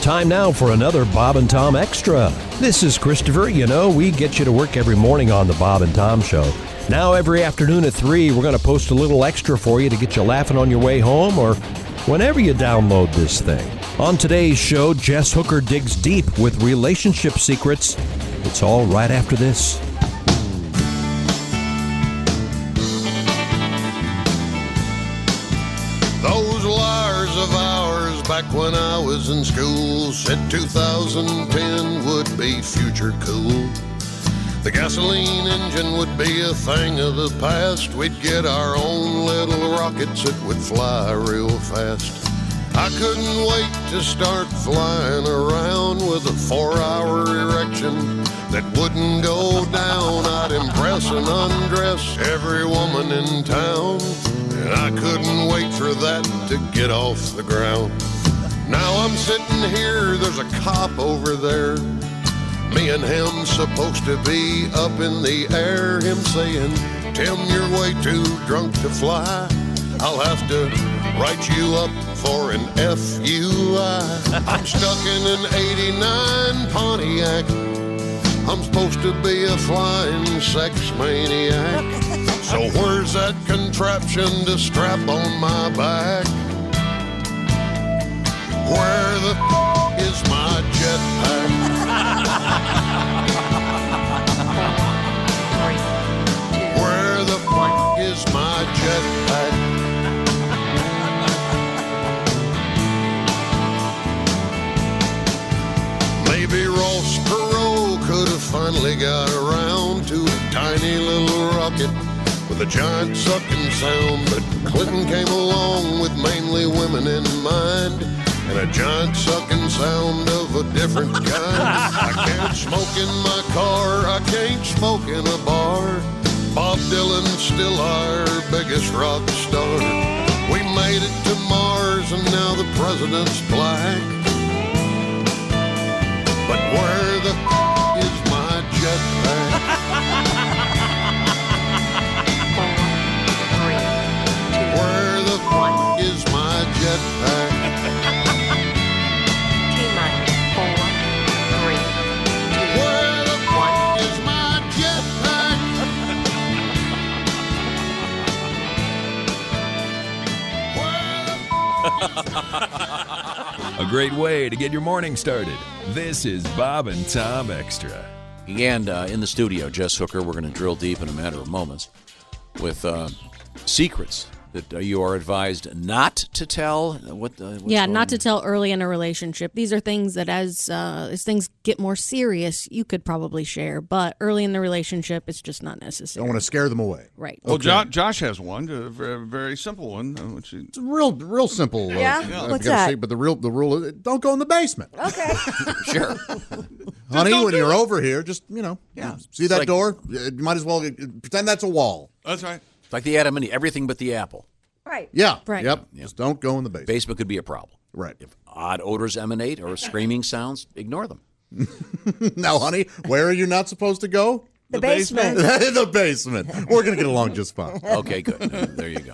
Time now for another Bob and Tom Extra. This is Christopher. You know, we get you to work every morning on the Bob and Tom Show. Now, every afternoon at 3, we're going to post a little extra for you to get you laughing on your way home or whenever you download this thing. On today's show, Jess Hooker digs deep with relationship secrets. It's all right after this. Those liars of ours back when I was in school said 2010 would be future cool. The gasoline engine would be a thing of the past. We'd get our own little rockets that would fly real fast. I couldn't wait to start flying around with a four hour erection that wouldn't go down. I'd impress and undress every woman in town. And I couldn't wait for that to get off the ground. Now I'm sitting here, there's a cop over there. Me and him supposed to be up in the air. Him saying, Tim, you're way too drunk to fly. I'll have to write you up for an FUI. I'm stuck in an 89 Pontiac. I'm supposed to be a flying sex maniac. So where's that contraption to strap on my back? Where the f- is my jetpack? Where the f- is my jetpack? Maybe Ross Perot could have finally got around to a tiny little rocket with a giant sucking sound, but Clinton came along with mainly women in mind. And a giant sucking sound of a different kind. I can't smoke in my car, I can't smoke in a bar. Bob Dylan's still our biggest rock star. We made it to Mars and now the president's black. But where the f- is my jetpack? Where the f- is my jetpack? Where the f- is my jetpack? Where the A great way to get your morning started. This is Bob and Tom Extra. And uh, in the studio, Jess Hooker, we're going to drill deep in a matter of moments with uh, secrets that uh, you are advised not to tell. What? Uh, what's yeah, going not to on? tell early in a relationship. These are things that, as uh, as things get more serious, you could probably share. But early in the relationship, it's just not necessary. Don't want to scare them away. right. Oh. Well, Jo- Josh has one, a very, very simple one. uh, Which is, It's a real, real simple. uh, Yeah? I What's forgot to that? say, but the real, the rule is don't go in the basement, Okay. Sure. honey. don't When do you're it. over here, just you know, Yeah. See that like- door? You might as well uh, pretend that's a wall. that's right. It's like the Adam and Eve, everything but the apple. Right. Yeah. Right. Yep. Just don't go in the basement. Basement could be a problem. right. Odd odors emanate or screaming sounds. Ignore them. now, honey, where are you not supposed to go? The basement. the basement. We're gonna get along just fine. Okay, good. Now, there you go.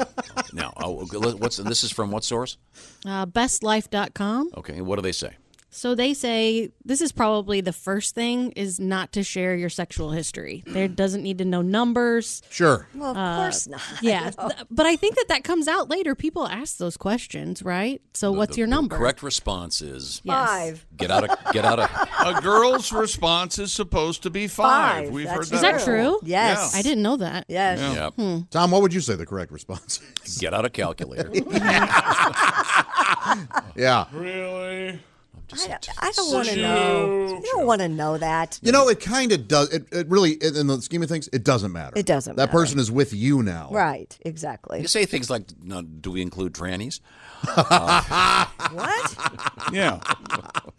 Now, oh, okay, let- what's this is from what source? Uh, bestlife.com. Okay, what do they say? So they say this is probably the first thing is not to share your sexual history. There doesn't need to know numbers. Sure. Well, of course not. Uh, Yeah, th- but I think that that comes out later. People ask those questions, right? So what's The- your the number? Correct response is Yes. Five. get out of get out of A girl's response is supposed to be five. Five, We've that's heard Is that. that before. true? Yes. I didn't know that. Yes. yeah, Hmm. Tom, what would you say the correct response is? get out of calculator. yeah. Really? I don't, I don't want to know. You don't want to know that. You know, it kind of does. It, it really, in the scheme of things, it doesn't matter. It doesn't That matter. person is with you now. Right. Exactly. You say things like, no, "Do we include trannies?" What? yeah,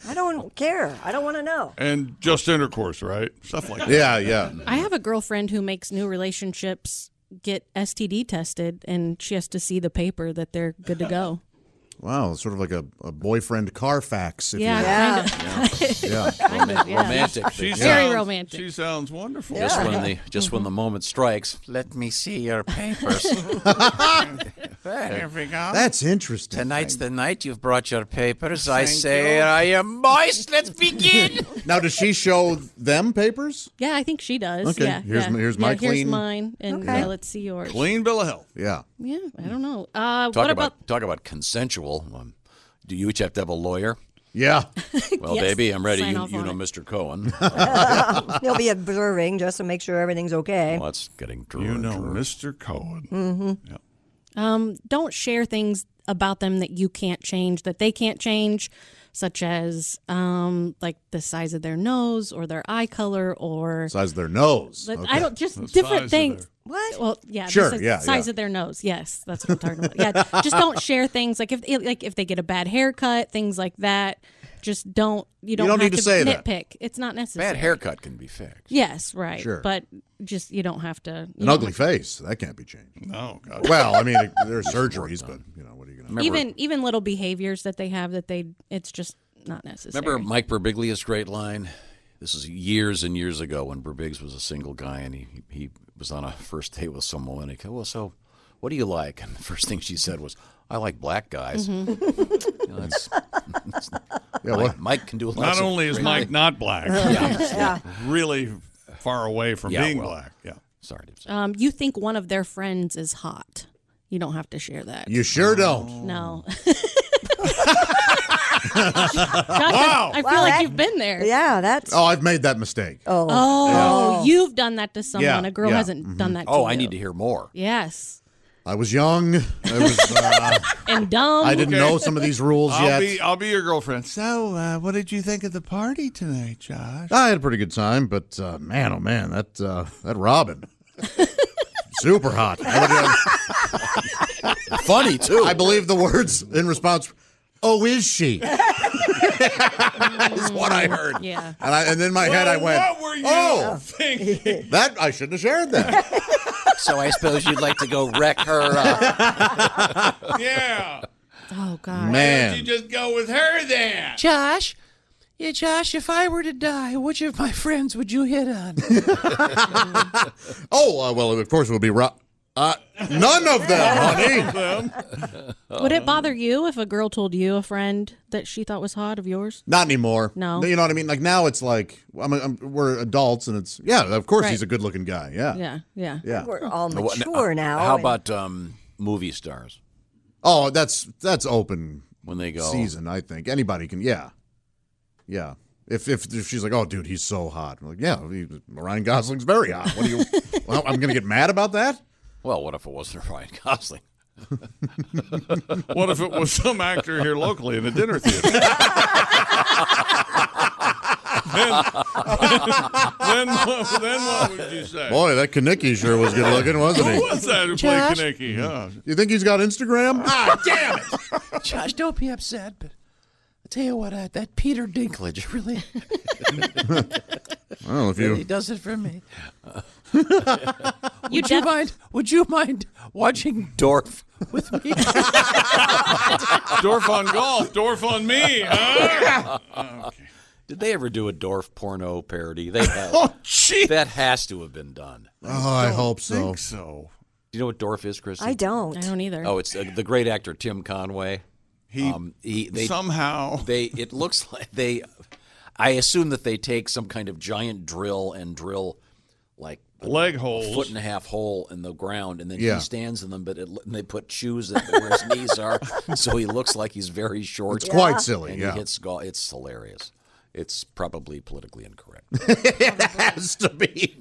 I don't care. I don't want to know. and just intercourse, right? Stuff like that. Yeah, yeah. I have a girlfriend who makes new relationships get STD tested, and she has to see the paper that they're good to go. Wow, sort of like a, a boyfriend Carfax. If Yeah, you will. yeah. Roman- romantic. She thing. Very sounds- romantic. She sounds wonderful. Just when the just when the Mm-hmm. moment strikes, let me see your papers. There we go. That's interesting. Tonight's the night you've brought your papers. I say I am moist. Let's begin. Now, does she show them papers? Yeah, I think she does. Okay, Yeah, here's yeah. my- here's Yeah, my Here's clean- mine, and Okay. yeah, let's see yours. Clean bill of health. Yeah. Yeah, I don't know. Uh, Talk what about, about? talk about consensual. Um, do you each have to have a lawyer? Yeah. Well, Yes. baby, I'm ready. Sign You, off you on know, it. Mr. Cohen. Oh, They'll be observing just to make sure everything's okay. well, that's getting drew. You and know, drewer. Mr. Cohen. Um, don't share things about them that you can't change, that they can't change, such as um, like the size of their nose or their eye color or. Size of their nose. but Okay. I don't just size different of things. their- What? Well, yeah, the Sure, si- yeah, size yeah. of their nose. Yes, that's what I'm talking about. Yeah, just don't share things like if like if they get a bad haircut, things like that. Just don't you don't, don't have need to say that. nitpick. It's not necessary. Bad haircut can be fixed. Yes, right. Sure. But just you don't have to. you An don't ugly face. That can't be changed. No, God. Well, I mean, it, there are surgeries, but, you know, what are you going to Remember, even even little behaviors that they have that they it's just not necessary. remember Mike Berbiglia's great line. This is years and years ago when Berbigs was a single guy and he he was on a first date with someone and he go, well, so what do you like? And the first thing she said was, I like black guys. You know, that's- Yeah, Mike, what? Mike can do a lot. Not only is Mike not black, he's really far away from Yeah, being well. black. Yeah. sorry. to say. um, you think one of their friends is hot. You don't have to share that. You sure don't. no. Josh, I, I feel Wow, like that- you've been there. Yeah, that's. Oh, I've made that mistake. Oh. Oh, you've done that to someone. Yeah, a girl yeah, Mm-hmm. hasn't done that. Oh, to I you. need to hear more. Yes, I was young. I, was, uh, and dumb. I didn't know some of these rules I'll yet. be I'll be your girlfriend. So, uh, what did you think of the party tonight, Josh? I had a pretty good time, but uh, man, oh man, that uh, that Robin, super hot. I, would, uh, Funny too. I believe the words in response. Oh, is she? is what I heard. Yeah. And, I, and in my head, I went, What were you "Oh, thinking? that I shouldn't have shared that." So I suppose you'd like to go wreck her. Uh, yeah. Oh God. You Man, just go with her then. Josh. Yeah, Josh, if I were to die, which of my friends would you hit on? oh uh, well, of course it would be Rob. Uh, none of them, honey. Would it bother you if a girl told you a friend that she thought was hot of yours? Not anymore. No. you know what I mean. Like now, it's like I'm, I'm, we're adults, and it's yeah. Of course, Right. he's a good-looking guy. Yeah. Yeah, yeah. Yeah. We're all Well, n- mature now. uh, How and- about um, movie stars Oh, that's that's open when they go? season. I think anybody can. Yeah, yeah. If, if if she's like, oh, dude, he's so hot. I'm like, yeah, he, Ryan Gosling's very hot. What do you? well, I'm gonna get mad about that. Well, what if it wasn't Ryan Gosling? What if it was some actor here locally in a dinner theater? then, then, what, then what would you say? Boy, that Kanicki sure was good looking, wasn't Who he? was that who played Kaneki? Huh? You think he's got Instagram? Ah, damn it! Josh, don't be upset, but I tell you what, uh, that Peter Dinklage really Well, if you does it for me. You Would you def- mind? Would you mind watching Dorf with me? Dorf on golf, Dorf on me. huh? Did they ever do a Dorf porno parody? They have. Oh, Gee. that has to have been done. Do oh, I hope so. think so. you know what Dorf is, Chris? I don't. I don't either. Oh, it's uh, the great actor Tim Conway. Um, He he they somehow. they it looks like they. I assume that they take some kind of giant drill and drill like a Leg holes. foot and a half hole in the ground, and then Yeah. he stands in them. But it, and they put shoes in where his knees are, so he looks like he's very short. It's quite silly. and Yeah, he hits golf. It's hilarious. It's probably politically incorrect. it has to be.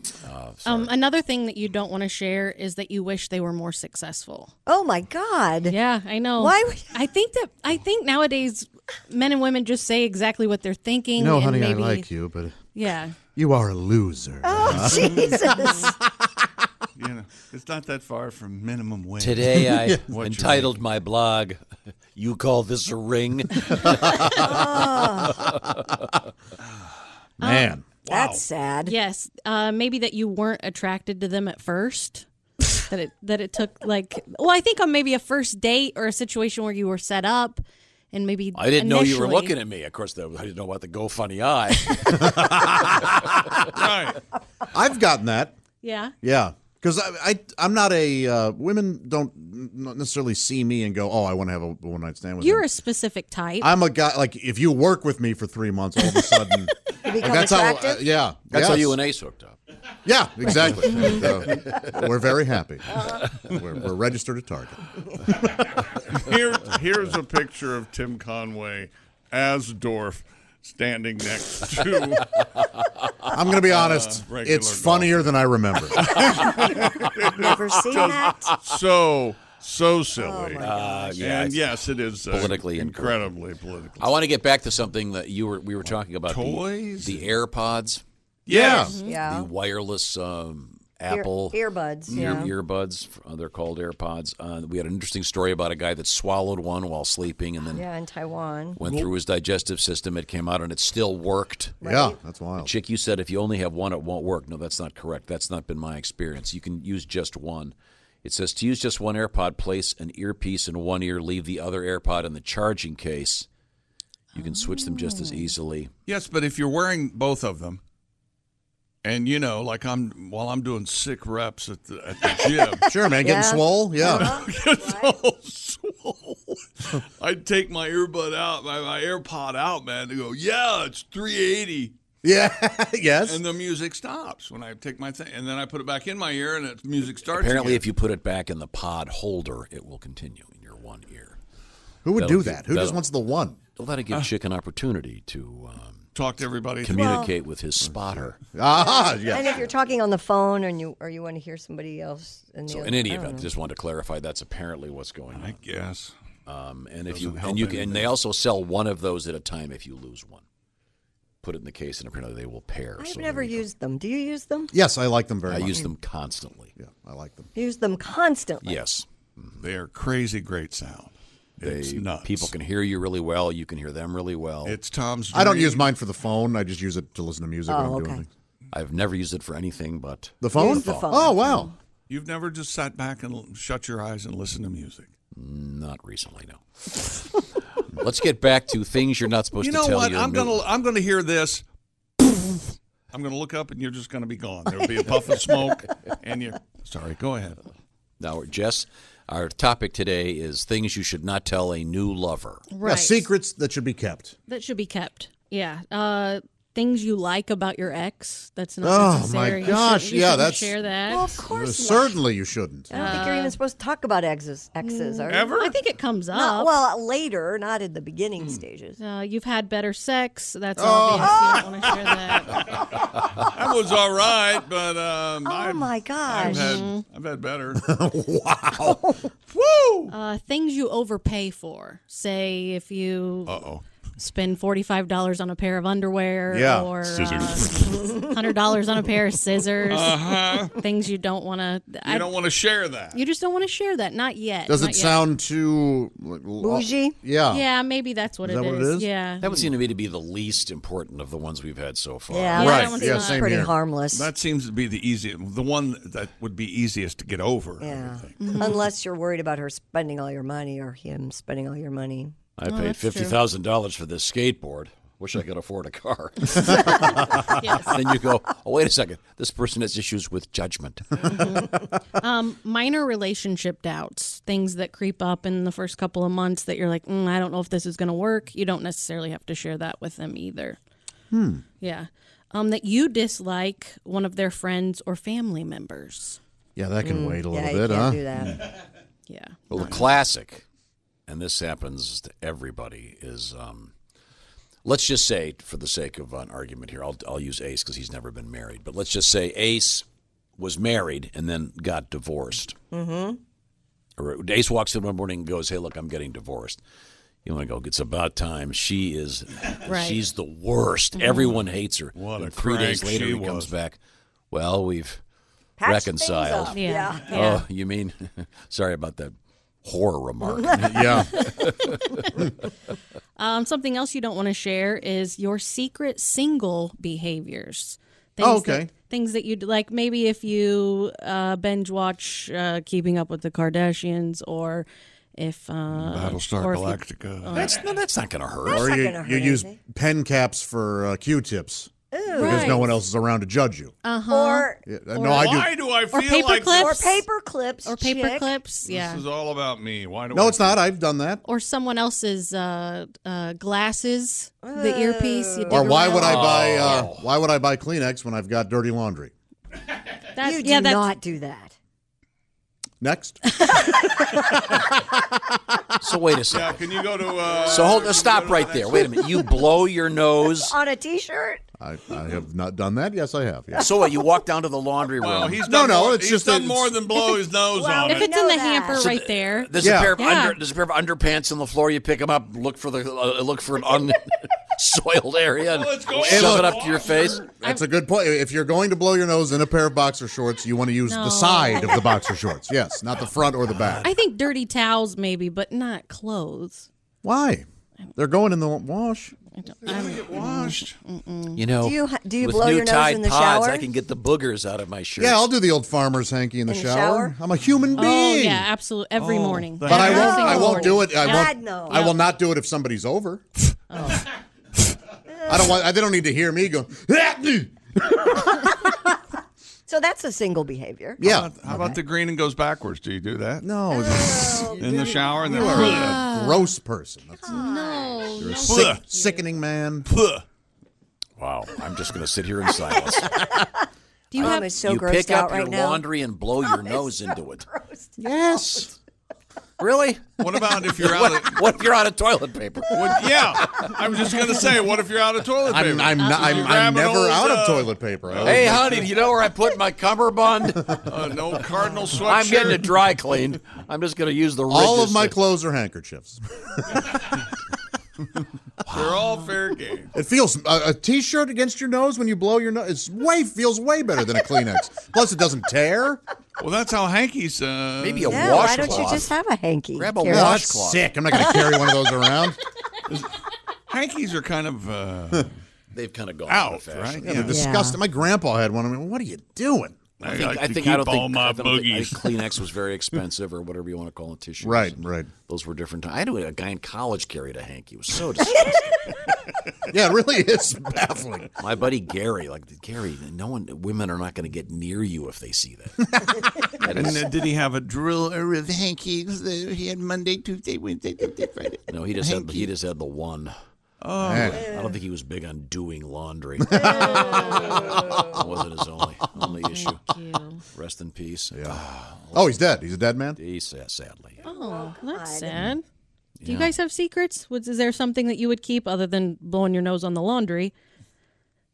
Um, another thing that you don't want to share is that you wish they were more successful. Oh my God. Yeah, I know. Why would- I think that I think nowadays men and women just say exactly what they're thinking. No, and honey, maybe, I like you, but Yeah, you are a loser. Oh, Jesus. you know, it's not that far from minimum wage. Today uh, I What you entitled my blog, You call this a ring? Man. That's sad. Yes, uh, maybe that you weren't attracted to them at first. that it that it took like well, I think on maybe a first date or a situation where you were set up, and maybe I didn't know you were initially- looking at me. Of course, I didn't know about the go funny eye. I've gotten that. Yeah, Yeah, because I, I I'm not a uh, women don't n- not necessarily see me and go, oh, I want to have a one night stand with you're him." a specific type. I'm a guy like if you work with me for three months, all of a sudden You like, become that's how. attractive. uh, yeah, That's how yes. you and Ace hooked up. Yeah, exactly. And, uh, we're very happy. Uh-huh. We're, we're registered at Target. Here, here's a picture of Tim Conway as Dorf standing next to. I'm gonna be honest. Uh, regular it's funnier than I remember. I've never seen that. so so Oh silly. Uh, yeah, and it's- yes, it is uh, Politically incorrect. incredibly politically. I want to get back to something that you were we were talking about the- Toys? the, AirPods, yeah, Yeah. the wireless um, Ear- Apple earbuds. ear- Yeah. earbuds. Uh, they're called AirPods. Uh, we had an interesting story about a guy that swallowed one while sleeping, and then Yeah, in Taiwan. went through his digestive system. It came out, and it still worked. Yeah, that's wild. Chick, you said if you only have one, it won't work. No, that's not correct. That's not been my experience. You can use just one. It says to use just one AirPod, place an earpiece in one ear, leave the other AirPod in the charging case. You can switch them just Oh. as easily. yes, but if you're wearing both of them, and you know, like I'm while I'm doing sick reps at the at the gym, Sure, man, getting Yeah. Uh-huh. swole. Yeah, it's all swole. I'd take my earbud out, my, my AirPod out, man, to go. Yeah, it's 380. yeah, yes. And the music stops when I take my thing, and then I put it back in my ear, and the music starts. Apparently, again. if you put it back in the pod holder, it will continue in your one ear. Who would that'll do do- that? Who just that'll- wants the one? Well, that'll Uh. give Chick an opportunity to um, talk to everybody, communicate with his spotter. Ah, yeah. And if you're talking on the phone and you or you want to hear somebody else in the So, other- in any I don't event, know. just wanted to clarify that's apparently what's going on. Yes. Um, and if Doesn't you help and you can, anything. and they also sell one of those at a time if you lose one. Put it in the case, and apparently they will pair. I've so never there you go. used them. Do you use them? Yes, I like them very I much. use them constantly. Yeah, I like them. Use them constantly. Yes, They are crazy great sound. It's they nuts. people can hear you really well. You can hear them really well. It's Tom's. I don't dream. use mine for the phone. I just use it to listen to music when I'm Oh, doing okay. things. I've never used it for anything but The phone? Use the phone. Oh, wow. You've never just sat back and l- shut your eyes and listened to music. not recently. No. Let's get back to things you're not supposed you to know tell what? your I'm new- gonna I'm gonna hear this. I'm gonna look up and you're just gonna be gone. There'll be a puff of smoke, and you're sorry. Go ahead. now, Jess. Our topic today is things you should not tell a new lover. right. Yeah, secrets that should be kept. that should be kept. Yeah, uh, things you like about your ex. That's not Oh, my necessary. You gosh, shouldn't- you yeah, shouldn't that's- share that. Well, of course not. Certainly you shouldn't. I don't think you're even supposed to talk about exes. Exes are you? Ever? I think it comes up. Not, well, uh, later, not in the beginning stages. Uh, you've had better sex. That's obvious. You don't want to share that. That was all right, but um, Oh I've, my I've gosh! had I've had better. Uh, things you overpay for. Say if you Uh-oh. spend forty five dollars on a pair of underwear, Yeah. uh, or uh, hundred dollars on a pair of scissors. Things you don't want to. Uh-huh. You don't want to share that. You just don't want to share that. Not yet. Does not it yet. sound too like, l- Bougie? Yeah. Yeah, maybe that's what, Is that what it is? Yeah. That would seem to me to be the least important of the ones we've had so far. Yeah, Right, That yeah, seems same pretty here. harmless. That seems to be the easiest, the one that would be easiest to get over. I yeah, would think. unless you're worried about her spending all your money or him spending all your money. I paid fifty thousand dollars for this skateboard. Wish I could afford a car. Then you go, oh wait a second, this person has issues with judgment. Um, minor relationship doubts, things that creep up in the first couple of months that you're like, mm, I don't know if this is going to work. You don't necessarily have to share that with them either. Hmm. Yeah. Um, that you dislike one of their friends or family members. Yeah, that can wait a Mm, little yeah, you bit, can't huh? do that. Yeah. Well, the classic, and this happens to everybody, is um, let's just say, for the sake of an argument here, I'll, I'll use Ace because he's never been married, but let's just say Ace was married and then got divorced. Mm-hmm. Or Ace walks in one morning and goes, hey, look, I'm getting divorced. You want to go? It's about time. She is, Right. she's the worst. Everyone hates her. What And a three days crank later, she he comes was. back. Well, we've Patch things reconciled. up, Yeah. Yeah. Yeah. Oh, you mean? Oh, Sorry about that horror remark. Yeah. Um, something else you don't want to share is your secret single behaviors. Oh, okay. That, things that you'd like, maybe if you uh, binge watch uh, Keeping Up with the Kardashians or if uh, Battlestar or if you- Galactica. uh, That's no, that's not going to hurt. or not you, gonna you hurt use anything. pen caps for uh, Q-tips because Right. no one else is around to judge you. Uh-huh. Or Yeah, no, I Why do. do I feel or paper like clips or paper clips. or paper chick. clips, this yeah, is all about me? Why do No, I it's not. I've done that. or someone else's uh, uh, glasses, the earpiece. you Or dig why around. would I buy? Uh, Oh. Why would I buy Kleenex when I've got dirty laundry? That- You do yeah, that's not do that. Next, So wait a Yeah, second. can you go to? Uh, So hold can you on, stop go to right the there. next- Wait a minute. You blow your nose. On a T-shirt. I, I have not done that. Yes, I have. Yeah. So what? You walk down to the laundry room. Well, he's No, done no, More, it's he's just a- done more than blow his nose Well, on if it. if it's know in the that. hamper So right there. There's a Yeah. pair of Yeah. under, there's a pair of underpants on the floor. You pick them up, look for the uh, look for an unsoiled area, and Well, let's go shove in it the up to your face. That's a good point. If you're going to blow your nose in a pair of boxer shorts, you want to use No. the side of the boxer shorts. Yes, not the front or the back. I think dirty towels, maybe, but not clothes. Why? They're going in the wash. I don't, I don't- Get washed. You know, Do you ha- do you Oh, with blow new your nose Tide in the pods, shower? I can get the boogers out of my shirt. Yeah, I'll do the old farmer's hanky in the, In the shower. shower? I'm a human being. oh yeah, absolutely. Every morning, But I won't. I Every won't do it. I God, won't. no. I will not do it if somebody's over. Oh. I don't want. I, they don't need to hear me go. So that's a single behavior. Yeah. How about the green and goes backwards? Do you do that No. in the shower and then? You're a gross person. That's a morning. Oh, No, sick, sickening man. Puh. Wow, I'm just going to sit here in silence. do you Mom have? is so you grossed pick out up right your now. laundry and blow your nose into it. Yes. Really? What about if you're out? Of, What, what if you're out of toilet paper? what, yeah, I was just gonna say, what if you're out of toilet paper? I'm. I'm. Not, You I'm, I'm grab an never old, out uh, of toilet paper. I Hey, always- honey, do you know where I put my cummerbund? Uh, no cardinal sweatshirt. I'm getting it dry cleaned. I'm just going to use the all of ridges my to- clothes are handkerchiefs. They're all fair game. It feels a, a t-shirt against your nose when you blow your nose. It's way feels way better than a Kleenex. Plus, it doesn't tear. Well, that's how hankies. Uh, Maybe a No, why don't you washcloth. just have a hanky? Grab a Carol? Oh, wash- that's Washcloth. sick. I'm not going to carry one of those around. hankies are kind of uh, They've kind of gone out of out, fashion. right? Yeah, they're disgusting. My grandpa had one. I mean, what are you doing? I think, like I, to think keep I don't all think, my I don't think- I boogies. think Kleenex was very expensive or whatever you want to call it tissues. Right, right. Those were different times. I knew a guy in college carried a hanky. It was so disgusting. Yeah, it really is baffling. My buddy Gary, like Gary, no one, women are not going to get near you if they see that. And uh, did he have a drill of hankies? Uh, He had Monday, Tuesday, Wednesday, Thursday, Friday. No, he just had he just had the one. Oh. Man. I don't think he was big on doing laundry. that wasn't his only only issue. You. Rest in peace. Yeah. Oh, he's dead. He's a dead man. He said sadly. Oh, that's sad. Do you guys have secrets? Was is there something that you would keep other than blowing your nose on the laundry?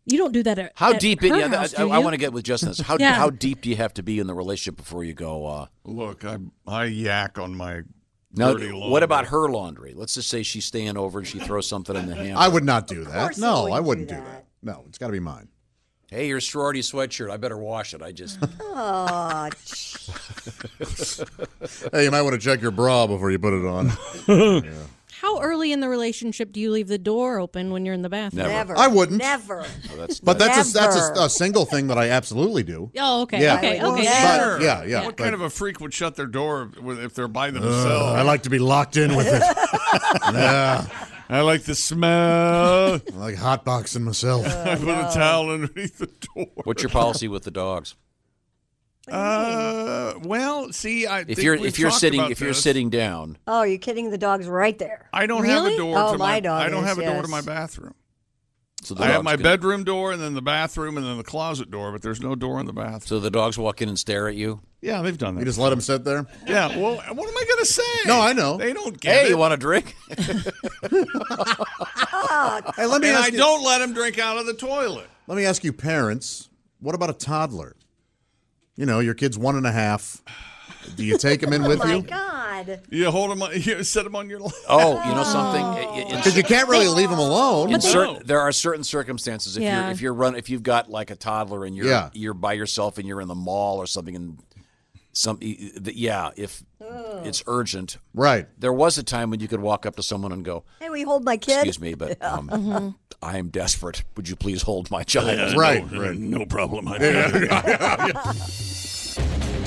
You don't do that at How at deep? Her It, yeah, house, that, I, do I you? want to get with Justin. this. How Yeah. how deep do you have to be in the relationship before you go? Uh, Look, I I yak on my Now, dirty laundry. what about her laundry? Let's just say she's staying over and she throws something in the hamper. I would not do that. course you No, wouldn't I wouldn't do do that. No, it's got to be mine. hey, your sorority sweatshirt. I better wash it. I just Aw, ch- Hey, you might want to check your bra before you put it on. How early in the relationship do you leave the door open when you're in the bathroom? never. I wouldn't. Never. But that's a, that's Never. a, a single thing that I absolutely do. Oh, okay, Yeah. okay, I would okay. never. sure. But yeah, yeah. What but- kind of a freak would shut their door if if they're by Ugh, themselves? I like to be locked in with it. yeah, I like the smell. I like hotboxing myself. I put a towel underneath the door. What's your policy with the dogs? Uh, well, see, I If think you're we've if you're talked sitting about if you're this. sitting down, Oh, are you kidding? The dog's right there. I don't have Really? a door Oh, to my my, dog I don't is, have a door yes. to my bathroom. so the I have dogs my can- bedroom door and then the bathroom and then the closet door, but there's no door in the bathroom. So the dogs walk in and stare at you. yeah, they've done You that. just let him sit there. yeah. Well, what am I gonna say? No, I know. They don't get Hey, it. you want a drink? Hey, let me and ask I you, don't let them drink out of the toilet. Let me ask you, parents. What about a toddler? You know, your kid's one and a half. Do you take him in with Oh my you? God. You hold them. On, you set them on your lap. Oh, you know something. I- I- Because you can't really leave him alone. In certain, there are certain circumstances if Yeah. you're if you're run if you've got like a toddler and you're Yeah. you're by yourself and you're in the mall or something and some the- yeah if it's urgent right there was a time when you could walk up to someone and go Hey, will you hold my kid? excuse me but um, Mhm. i am desperate would you please hold my child Yeah, Right, no- right. no problem, I- Yeah.